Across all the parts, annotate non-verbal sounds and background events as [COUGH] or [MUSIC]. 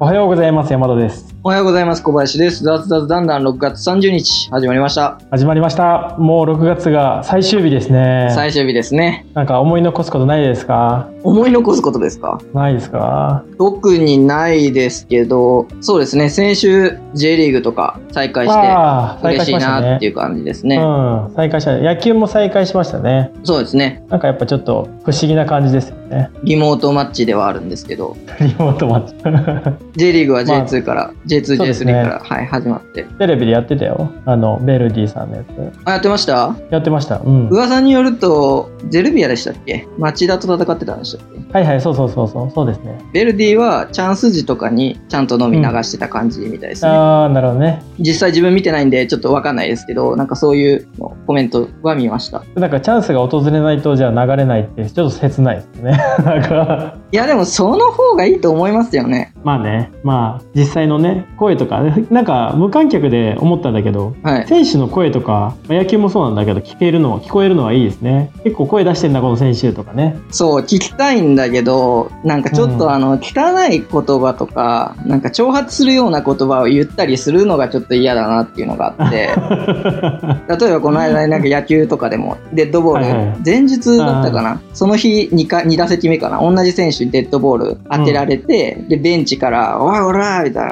おはようございます。山田です。おはようございます。小林です。ザーズザーズダンダン6月30日始まりました。始まりました。もう6月が最終日ですね。最終日ですね。なんか思い残すことないですか思い残すことですかないですか特にないですけど、そうですね。先週 J リーグとか再開してあー再嬉開ししいましたなっていね。う感じですね。うん、再開したね。野球も再開しましたね。そうですね。なんかやっぱちょっと不思議な感じですよね。 [LAUGHS] リモートマッチではあるんですけど、リモートマッチ。 [LAUGHS] J リーグはまあ J2 から、J2、そうです J3 ねから、はい、始まって。テレビでやってたよ。あの、ベルディさんのやつ。あ、やってましたやってました。うん。は噂によると、ゼルビアでしたっけ町田と戦ってたんでしたっけいはい、そうそうそうそう。そうですね。ベルディはチャンス時とかにちゃんと飲み流してた感じみたいですね。あー、なるほどね。実際自分見てないんでちょっとわかんないですけどなんかそういうのコメントは見ましたなんかチャンスが訪れないとじゃあ流れないって、ちょっと切ないですね。 [LAUGHS] なんか。いやでもその方がいいと思いますよねまあね、まあ実際のね、声とか、なんか無観客で思ったんだけど、はい選手の声とか、まあ野球もそうなんだけど、聞けるのは、聞こえるのはいいですね。結構声出してんだ、この選手とかね。そう聞きたいんだけどなんかちょっうんとあの汚い言葉とかなんか挑発するような言葉を言ったりするのがちょっと嫌だなっていうのがあって [LAUGHS] 例えばこの間なんか野球とかでもデッドボーはいはいル前日だったかなその日 2, か2打席目かな同じ選手にデッドボール当てられて、でベンチから「おいおら!」みたい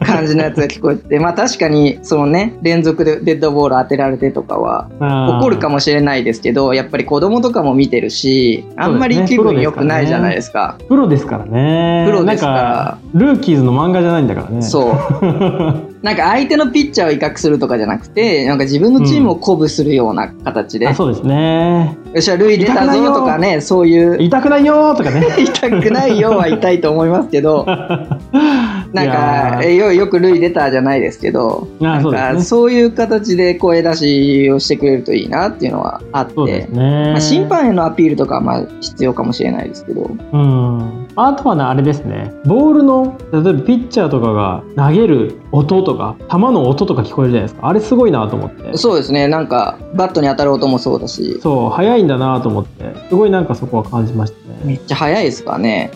な感じのやつが聞こえてまあ確かにそのね連続でデッドボール当てられてとかは怒怒るかも。もしれないですけどやっぱり子供とかも見てるしあんまり気そうですねプロ分です良からくねないじゃないですかプロですからね。プロですからなんか、ルーキーズの漫画じゃないんだからね。 [LAUGHS] う。そうなんか相手のピッチャーを威嚇するとかじゃなくてなんか自分のチームを鼓舞するような形で、あそうですね。よっしゃ塁出たぞとかねそういう痛くないよーとかね。痛くないようは痛いと思いますけどなんかいやーえよよく塁出たじゃないですけどあなんそうですねかそういう形で声出しをしてくれるといいなっていうのはあって、そうですね。まあ、審判へのアピールとかはまあ必要かもしれないですけどうん、あとはねあれですねボールの例えばピッチャーとかが投げる音とか球の音とか聞こえるじゃないですかあれすごいなと思ってそうですねなんかバットに当たる音もそうだしそう速いんだなと思ってすごいなんかそこは感じましためねっちゃ速いですからね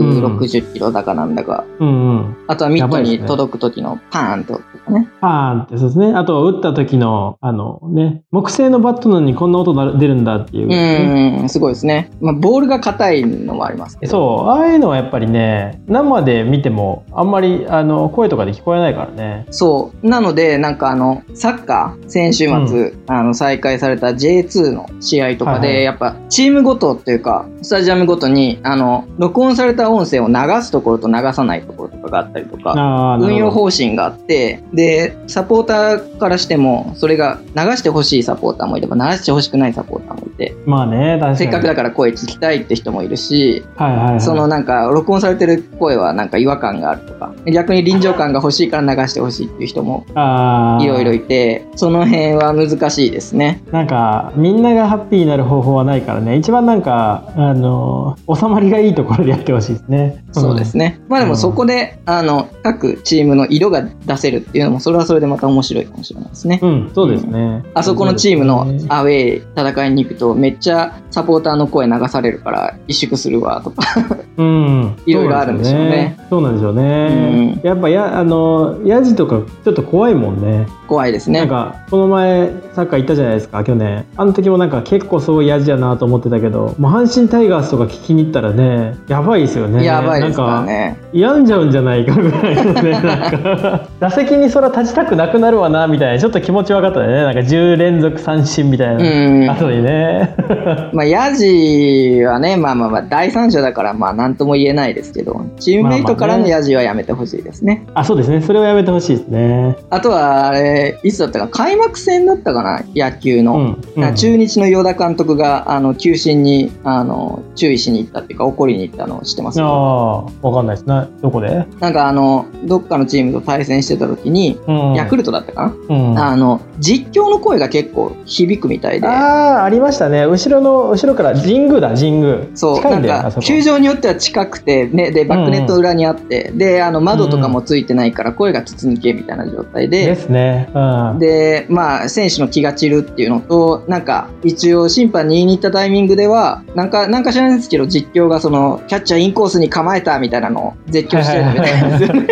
160キロだかなんだか、うんうんあとはミットやばいでにすね届く時のパーンとかねパーンってそうですねあと打った時のあのね木製のバットなのにこんな音な出るんだっていう、うんすごいですね、まあ、ボールが硬いのもありますけどそうああいうのはやっぱりね生で見てもあんまりあの声とかで聞こえないからねそう。なので、なんかあの、サッカー、先週末、あの、再開された J2 の試合とかで、はいはいやっぱ、チームごとっていうか、スタジアムごとに、あの、録音された音声を流すところと流さないところとかがあったりとか、あーなる運用ほど方針があって、で、サポーターからしても、それが流してほしいサポーターもいれば、流してほしくないサポーターもいて、まあね確かにせっかくだから声聞きたいって人もいるし、はいはい、はい、そのなんか録音されてる声はなんか違和感があるとか逆に臨場感が欲しいから流してほしいっていう人もあーいろいろいてその辺は難しいですねなんかみんながハッピーになる方法はないからね一番なんかあの収まりがいいところでやってほしいですねそうですね、ね、まあでうもんそこであの各チームの色が出せるっていうのもそれはそれでまた面白いかもしれないですねうんそうですねあそこのチームのそうですねアウェー戦いに行くとめっちゃサポーターの声流されるから萎縮するわとか [LAUGHS] うんいろいろあるんでしょうねそうなんでしょうね、やっぱやあのヤジとかちょっと怖いもんね怖いですなんねかこの前サッカー行ったじゃないですか去年あの時もなんか結構すごいヤジやなと思ってたけどもう阪神タイガースとか聞きに行ったらねやばいですよねやばいですからなんかね病んじゃうんじゃないかぐらいの [LAUGHS] ねなんか打席にそら立ちたくなくなるわなみたいなちょっと気持ち分かったねなんか10連続三振みたいな、うん後にね [LAUGHS] まあ、ヤジはね、まあまあまあ、第三者だから、まあ、なんとも言えないですけど、チームメイトからのヤジはやめてほしいですね。あそうですねそれをやめてほしいですねあとは、あれ、いつだったか、開幕戦だったかな、野球うの。ん、うん、中日の与田監督が、あの、球審に、あの、注意しに行ったっていうか、怒りに行ったのを知ってますあよあわかんないですねどこで、なんか、あの、どっかのチームと対戦してた時に、うん、ヤクルトだったかうな、ん、あの、実況の声が結構響くみたいで。ああありましたね後ろの後ろから神宮だ神宮そう近いなんんだよあかそこ球場によっては近くて、ね、でバックネット裏にあって、であの窓とかもついてないから声が筒抜けみたいな状態で、ですねうんで、まあ、選手の気が散るっていうのと、なんか、一応審判に言いに行ったタイミングでは、なんか、なんか知らないんですけど、実況がその、キャッチャーインコースに構えたみたいなのを絶叫してるみたいなんですよね。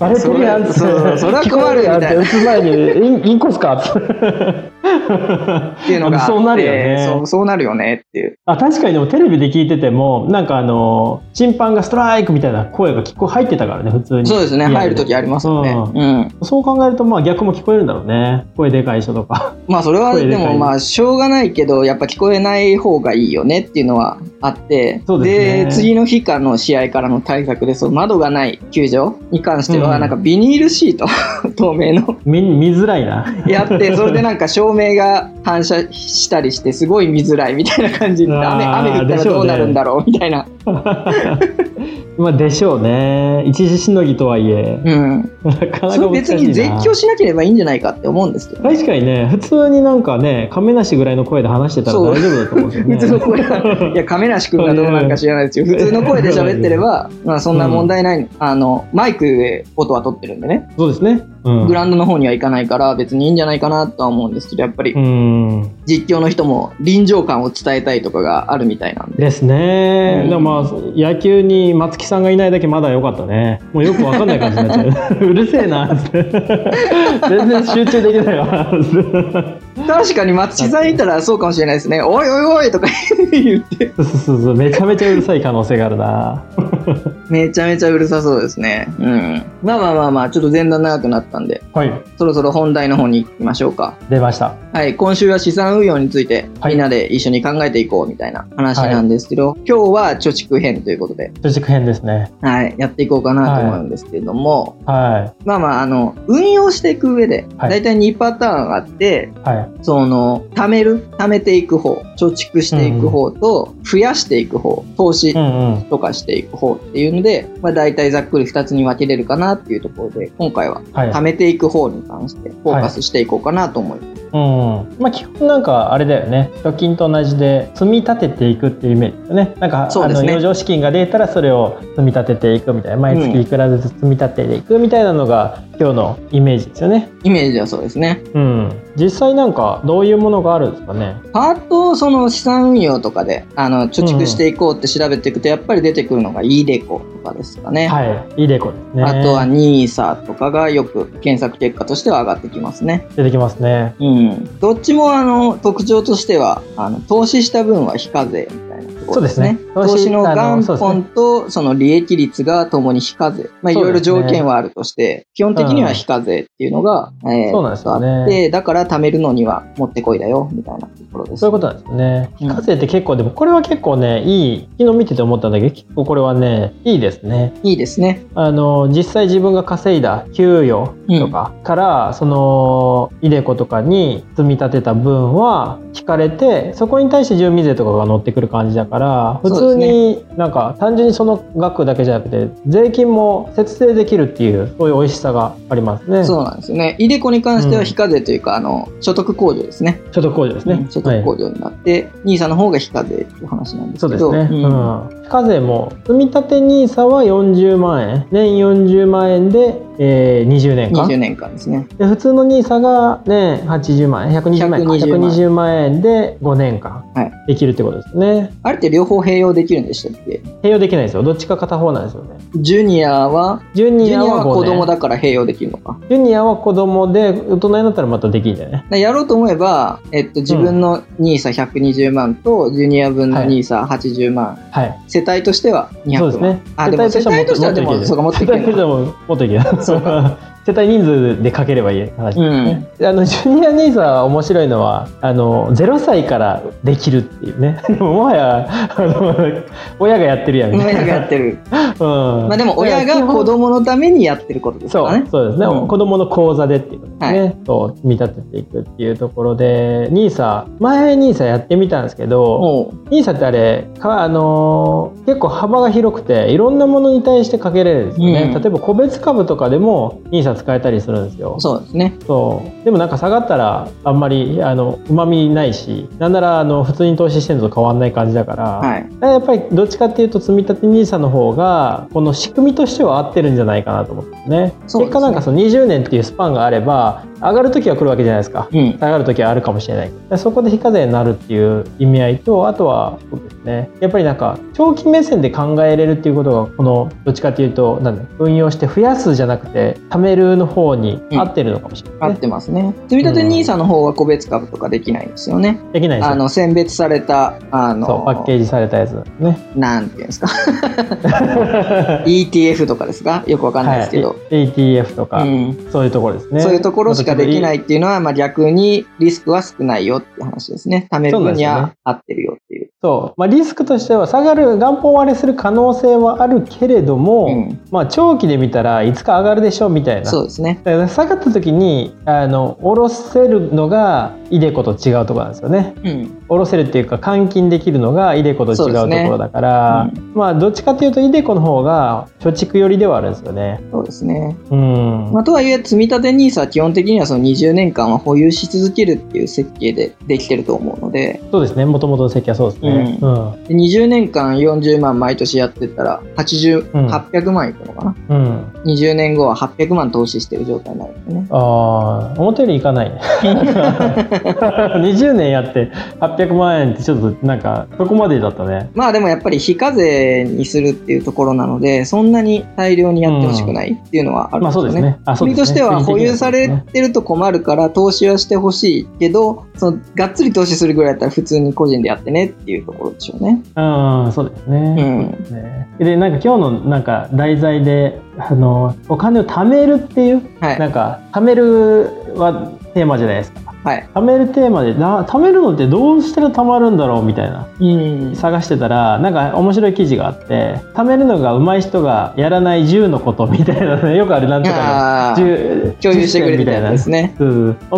あれ、それプリなんそうそうそれは困るよみたいな打つ前に、インインコースかっっていう [LAUGHS] のがあって。そうなるよねそう、そうなるよねっていう。あ確かにでもテレビで聞いててもなんかあの審判がストライクみたいな声が結構入ってたからね普通にそうですね、リアル入るときありますよね。ううん。そう考えるとまあ逆も聞こえるんだろうね声でかい人とかまあ、それは、声ででかいも、まあ、しょうがないけど、やっぱ聞こえない方がいいよねっていうのはあって、そうですねで次の日からの試合からの対策で、その窓がない球場に関しては、うんなんかビニールシート、 [LAUGHS] 透明の。見見づらいなや [LAUGHS] ってそれでなんか照明が反射したりしてすごい見づらいみたいな感じで雨あー雨降ったでらしょうねどうなるんだろうみたいな、まあでしょうね一時しのぎとはいえうん、なかなかそ難しれい別なに絶叫しなければいいんじゃないかって思うんですけどね、確かにね普通になんかね亀梨ぐらいの声で話してたらそう大丈夫だと思うんですよね [LAUGHS] 普通の声 [LAUGHS] がいや亀梨君がどうなんか知らないですけど普通の声で喋ってれば、まあ、そんな問題ない、あのマイクで音は取ってるんでねそうですね、うん、グラウンドの方には行かないから別にいいんじゃないかなとは思うんですけどやっぱりうん実況の人も臨場感を伝えたいとかがあるみたいなんで。ですね、うんでもまあ野球に松木さんがいないだけまだ良かったねもうよく分かんない感じになっちゃ [LAUGHS] ううるせえなって全然集中できないわ [LAUGHS] 確かに松木さんいたらそうかもしれないですね。おいおいおいとか言ってそうそうそうそうめちゃめちゃうるさい可能性があるなめちゃめちゃうるさそうですね。うん。まあまあまあまあ、ちょっと前段長くなったんで、はいそろそろ本題の方に行きましょうか。出ましたはい、今週は資産運用について、はいみんなで一緒に考えていこうみたいな話なんですけど、今日は貯蓄編ということで、貯蓄編ですねはい、やっていこうかなと思うんですけれども、はまあまあ、あの、運用していく上で、はいだいたい2パターンがあって、いはいその、貯める、貯めていく方、貯蓄していく方と、増やしていく方、投資うんうんとかしていく方っていうので、まあ、大体ざっくり2つに分けれるかなっていうところで今回ははい貯めていく方に関してフォーカスしていこうかなと思います、うん、まあ基本なんかあれだよね貯金と同じで積み立てていくっていうイメージだよねなんか、そあうでのすね余剰資金が出たらそれを積み立てていくみたいな毎うん月いくらずつ積み立てていくみたいなのが今日のイメージですよねイメージはそうですねうん実際なんかどういうものがあるんですかねパートその資産運用とかであの貯蓄していこうって調べていくとやっぱり出てくるのが e デコとかですかね、はいいいでこですねあとは NISA とかがよく検索結果としては上がってきますね。出てきますねうん。どっちもあの特徴としては、あの投資した分は非課税みたいなところですね。そうですね投資のあのそう元ですね本とその利益率がともに非課税。まあいろいろ条件はあるとして、基本的には非課税っていうのが、えーそうなんですよねあって、だから貯めるのにはもってこいだよみたいなところです。そういうことなんですよねう非ん課税って結構でもこれは結構ねいい昨日見てて思ったんだけど結構これはねいいですねいいですね。あの実際自分が稼いだ給与とかから、そのイデコとかに積み立てた分は引かれてそこに対して住民税とかが乗ってくる感じだから普そ通うでになんか単純にその額だけじゃなくて税金も節制できるっていうそういう美味しさがありますね。そうなんですよね。イデコに関しては非課税というか、あの所得控除ですね。所得控除ですね。うん所得はい控除になって、NISA の方が非課税っていう話なんですそうけでど。すね、ううんん非課税も積み立て NISA は40万円年40万円で、えー20年間20年間ですね。で普通の NISA が年80万円120万円か120万120万円で5年はい間できるってことですね、あれって両方併用できるんでしたっけ併用できないですよどっちか片方なんですよねジュニアは、ジュジュニニアアはは子5供年だから併用できるのか。ジュニアは子供で大人になったらまたできるんじゃないでやろうと思えば、えっと、自分の NISA120 万と、ジュニア分のはい NISA80 万、はい世帯としてはそうで200す万。ねあ、でも世帯としてはでも、そうか、持って世いけ帯としてるはもっといけるそう [LAUGHS] 世帯人数でかければいい話ですね、あのジュニア NISA 面白いのはあの0歳からできるっていうね [LAUGHS] でももはやあの親がやってるやんみたいな親がやってる。うんまあでも、親が子供のためにやってることですかそらうね。そうですね、うん子どもの口座でっていうことですね、はそう積み立てていくっていうところで NISA 前 NISA やってみたんですけどおう NISA ってあれか、あのー結構幅が広くていろんなものに対してかけれるんですよね、うん例えば個別株とかでも NISA ら使えたりするんですよ。そうですね。そうでもなんか下がったらあんまりあのうまみないしなんならあの普通に投資してるのと変わんない感じだから、はい。だからやっぱりどっちかっていうと積み立て NISA の方がこの仕組みとしては合ってるんじゃないかなと思うんですねそうです結果ねなんかその20年っていうスパンがあれば上がる時は来るわけじゃないですかうん。下がる時はあるかもしれないだからそこで非課税になるっていう意味合いとあとはそうですねやっぱりなんか長期目線で考えれるっていうことがこのどっちかっていうとなんだ運用して増やすじゃなくて貯めるの方に合ってるのかもしれな合い、ってますね。積み立て NISA の方は個別株とかできないんですよね。できないですあよの、選別された、あそうパッケーの、ジされたやつね [LAUGHS] なんていうんですか。ETF とかですかよくわかんないですけど。はい、ETF とか、うん。そういうところですね。。そういうところしかできないいっていうのは、まあ逆にリスクは少ないよって話ですね。貯める分には合ってるよっていう。そう。まあ、リスクとしては下がる、元本割れする可能性はあるけれども、うん。まあ、長期で見たらいつか上がるでしょうみたいな。そうですね。だから下がった時にあの下ろせるのがイデコと違うところなんですよねうん。下ろせるっていうか換金できるのがイデコと違うとそこうですねろだから、うまあどっちかっていうとイデコの方が貯蓄寄りではあるんですよねそうですね。うん、まあ、とはいえ、積み立て NISA は基本的にはその20年間は保有し続けるっていう設計でできてると思うので、そうですねもともとの席はそうですね、ううんで20年間40万毎年やってったら、80、うん800万いくのかなうん、 ?20 年後は800万投資してる状態になるんでね。ああ、思ったよりいかないね。20年 [LAUGHS] やって800万円ってちょっとなんかそこまでだったね。まあでもやっぱり非課税にするっていうところなので、そんなに大量にやってほしくないっていうのはあるまあんですそうよですね。ね。あ、そう国ですね。としては保有国的さにはれてると困るから投資はしてほしいけど、そのがっつり投資するぐらいだったら普通に個人でやってねっていうところでしょうね。うん、そうですうね。ん。ねでなんか今日のなんか題材であのお金を貯めるっていう、はいなんか貯めるはテーマじゃないですかはい。貯めるテーマでな貯めるのってどうしたら貯まるんだろうみたいなうん。探してたらなんか面白い記事があって貯めるのが上手い人がやらない10のことみたいなねよくあるなんとかあのー10共有してくれてたやつですね。ね。う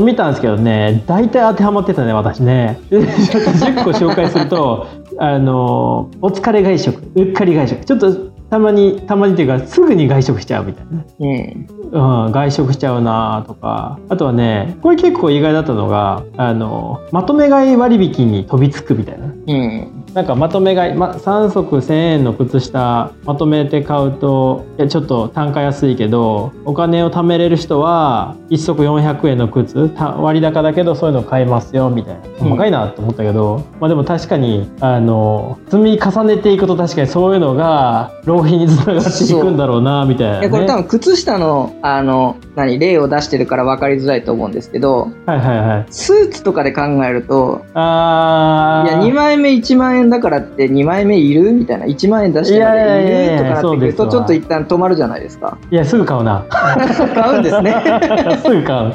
ん、見たんですけどね大体当てはまってたね私ね10個紹介すると [LAUGHS] あのお疲れ外食うっかり外食ちょっとたまにたまにっていうかすぐに外食しちゃうみたいな、うん。うん、外食しちゃうなとかあとはねこれ結構意外だったのがあのまとめ買い割引に飛びつくみたいなうん。なんかまとめ買い、ま、3足1000円の靴下まとめて買うといやちょっと単価安いけどお金を貯めれる人は1足400円の靴た割高だけどそういうの買いますよみたいなうん細かいなと思ったけど、まあでも確かにあの積み重ねていくと確かにそういうのが浪費につながっていくんだろうなみたいな、いね、やこれ多分靴下の、あの、何、例を出してるから分かりづらいと思うんですけど、はいはいはいスーツとかで考えると、あいーや、2枚目1万円だからって2枚目いるみたいな、1万円出してまいやいでやいいやいるやとかなってくるそうでと、すわちょっと一旦止まるじゃないですか。 [LAUGHS] いやすぐ買うな買うんですね。 [LAUGHS] すぐ買う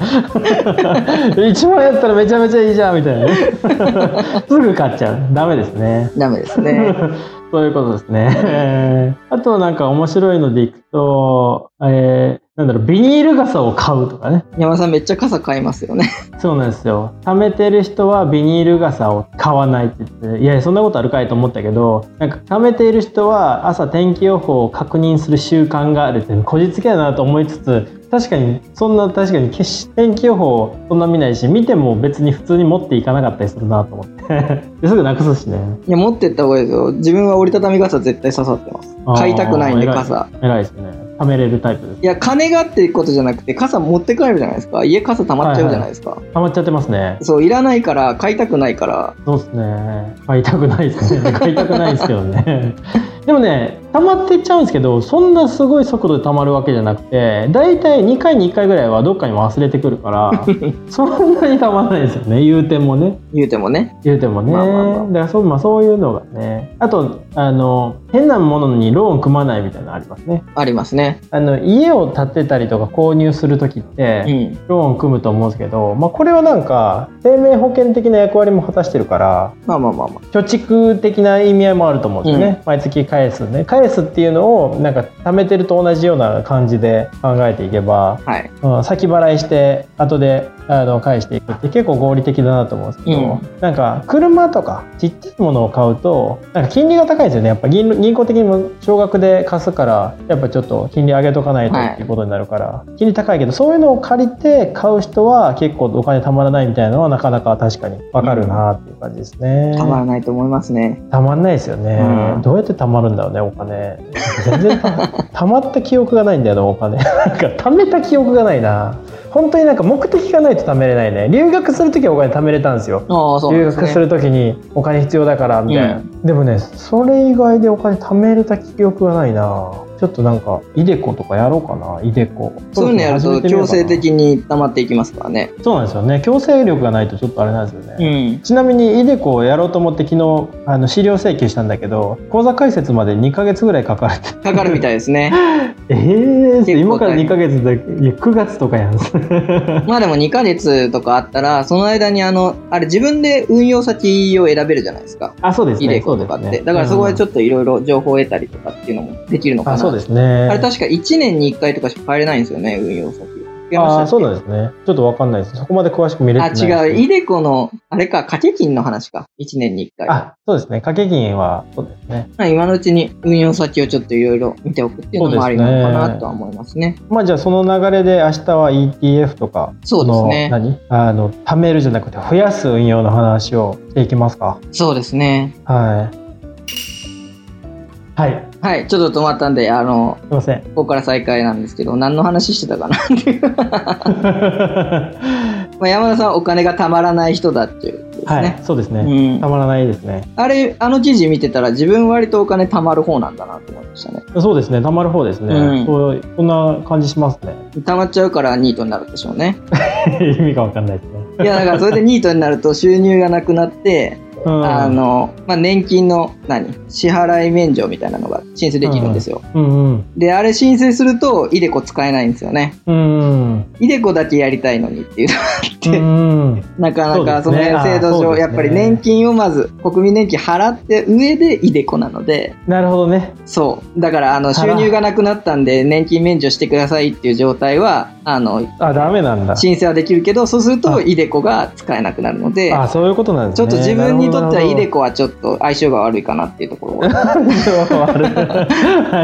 一万円やったらめちゃめちゃいいじゃんみたいなねすぐ買っちゃうダメですねダメですね。そういうことですねあとなんか面白いのでいくと、えー、なんだろうビニール傘を買うとかね山さんめっちゃ傘買いますよね。 [LAUGHS] そうなんですよ貯めてる人はビニール傘を買わないって言っていやいやそんなことあるかいと思ったけどなんか貯めている人は朝天気予報を確認する習慣があるってこじつけだなと思いつつ確かにそんな確かに決し天気予報をそんな見ないし見ても別に普通に持っていかなかったりするなと思って [LAUGHS] ですぐなくすしねいや、持ってった方がいいですよ。自分は折りたたみ傘絶対刺さってます。買いたくないんであー傘。偉いですね貯めれるタイプですいや、金がってことじゃなくて、傘持って帰るじゃないですか。家傘溜まっちゃうじゃないですか。溜まっちゃってますねそう、いらないから、買いたくないから。そうですね。買いたくないですね。 [LAUGHS] 買いたくないですけどね。 [LAUGHS] でもね、溜まっていっちゃうんですけど、そんなすごい速度で溜まるわけじゃなくて、だいたい2回に1回ぐらいはどっかに忘れてくる [LAUGHS] から、そんなに溜まらないですよね。言うてもね。言うてもね。言うてもね。まあまあまあだからそう、まあそういうのがね。あと、あの、変なものにローン組まないみたいなのありますね。ありますね。あの、家を建てたりとか購入するときって、うん。ローン組むと思うんですけど、まあ、これはなんか生命保険的な役割も果たしてるからまあまあまあま貯蓄的な意味合いもあると思うんですよね、毎月返返すね返すっていうのをなんか貯めてると同じような感じで考えていけば、はい。うん、先払いして後であの返していくって結構合理的だなと思うんですけど、なんか車とかちっちゃいものを買うとなんか金利が高いですよねやっぱ銀銀行的にも少額で貸すからやっぱちょっと金利上げとかないとはいっていうことになるから、金利高いけどそういうのを借りて買う人は結構お金たまらないみたいなのはなかなか確かにわかるなっていう感じですね。たまらないと思いますね。たまんないですよね、うんどうやってたまるんだろうねお金全然たたまった記憶がないんだよなお金 [LAUGHS] なんか貯めた記憶がないな本当になんか目的がないと貯めれないね留学する時はお金貯めれたんですよああ、そう留なん学ですすね。る時にお金必要だからみたいな、うでもねそれ以外でお金貯めれた記憶がないなちょっとなんかイデコとかやろうかなイデコそういうのやるろろ始めとてみよ強うかな制的に溜まっていきますからね。そうなんですよね強制力がないとちょっとあれなんですよね、ん。ちなみにイデコをやろうと思って昨日あの資料請求したんだけど口座開設まで2ヶ月ぐらいかかるってかかるみたいですね。 [LAUGHS] ええ結構今から大変2ヶ月だいや9月とかやんまあでも2ヶ月とかあったら、その間にあの、あれ自分で運用先を選べるじゃないですか。あそうですイねデコとかって。だからそこでちょっょっといろいろ情報を得たりとかっていうのもできるのかな。あそうですあれね確か1年に1回とかしか変えれないんですよね、運用先。違いましたあそうなんですねちょっとわかんないですそこまで詳しく見れてないですあ、違う。イデコの、あれか、掛け金の話か。1年に1回。あそうですね掛け金はそうですねまあ今のうちに運用先をちょっといろいろ見ておくっていうのもありなのかなとは思いますね。まあじゃあその流れで明日は ETF とかそうですねその何あの貯めるじゃなくて増やす運用の話をしていきますかそうですね。はいはいはい。ちょっと止まった [LAUGHS] んで、あの、すいませんここから再開なんですけど、何の話してたかな [LAUGHS] っていう。まあ山田さんはお金がたまらない人だっていうことですはいね。、そうですね、うんたまらないですね。あれ、あの記事見てたら自分割とお金たまる方なんだなと思いましたね。そうですね、たまる方ですね。うんそうそんな感じしますね。 [LAUGHS] たまっちゃうからニートになるでしょうね。意味がわかんないですね。いや、[LAUGHS] だからそれでニートになると収入がなくなって、うんあ、の、まあ、年金の何支払い免除みたいなのが申請できるんですよ。うんうん、で、あれ申請すると、イデコ使えないんですよね。 [LAUGHS] うんうん、イデコだけやりたいのにっていうの [LAUGHS] があって、うん、なかなかそそうのですね制あー度そうで上、すねやっぱり年金をまず国民年金払って上でイデコなので、なるほどね。そう。だから、あの、あら収入がなくなったんで、年金免除してくださいっていう状態は、あの、あ、ダメなんだ。申請はできるけど、そうすると、あイデコが使えなくなるので、あ、そういうことなんでちすょっね。と自分にとってはイデコ [LAUGHS] コはちょっと相性が悪いかなっていうところが悪い。あ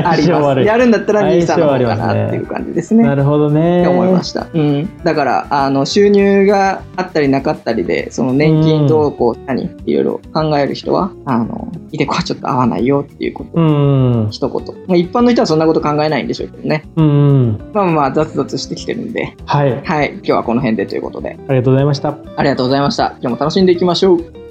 相り性ます。悪いやるんだったら兄さんの方か相性ありますねなっていう感じですね。なるほどね。って思いました、うん、だからあの収入があったりなかったりでその年金とこう、何いろいろ考える人はあのイデコはちょっと合わないよっていうことうん、うん一言、まあ、一般の人はそんなこと考えないんでしょうけどねうん、まあまあ雑々してきてるんではい、ありはい今日はこの辺でということでがとうございました。ありがとうございました今日も楽しんでいきましょう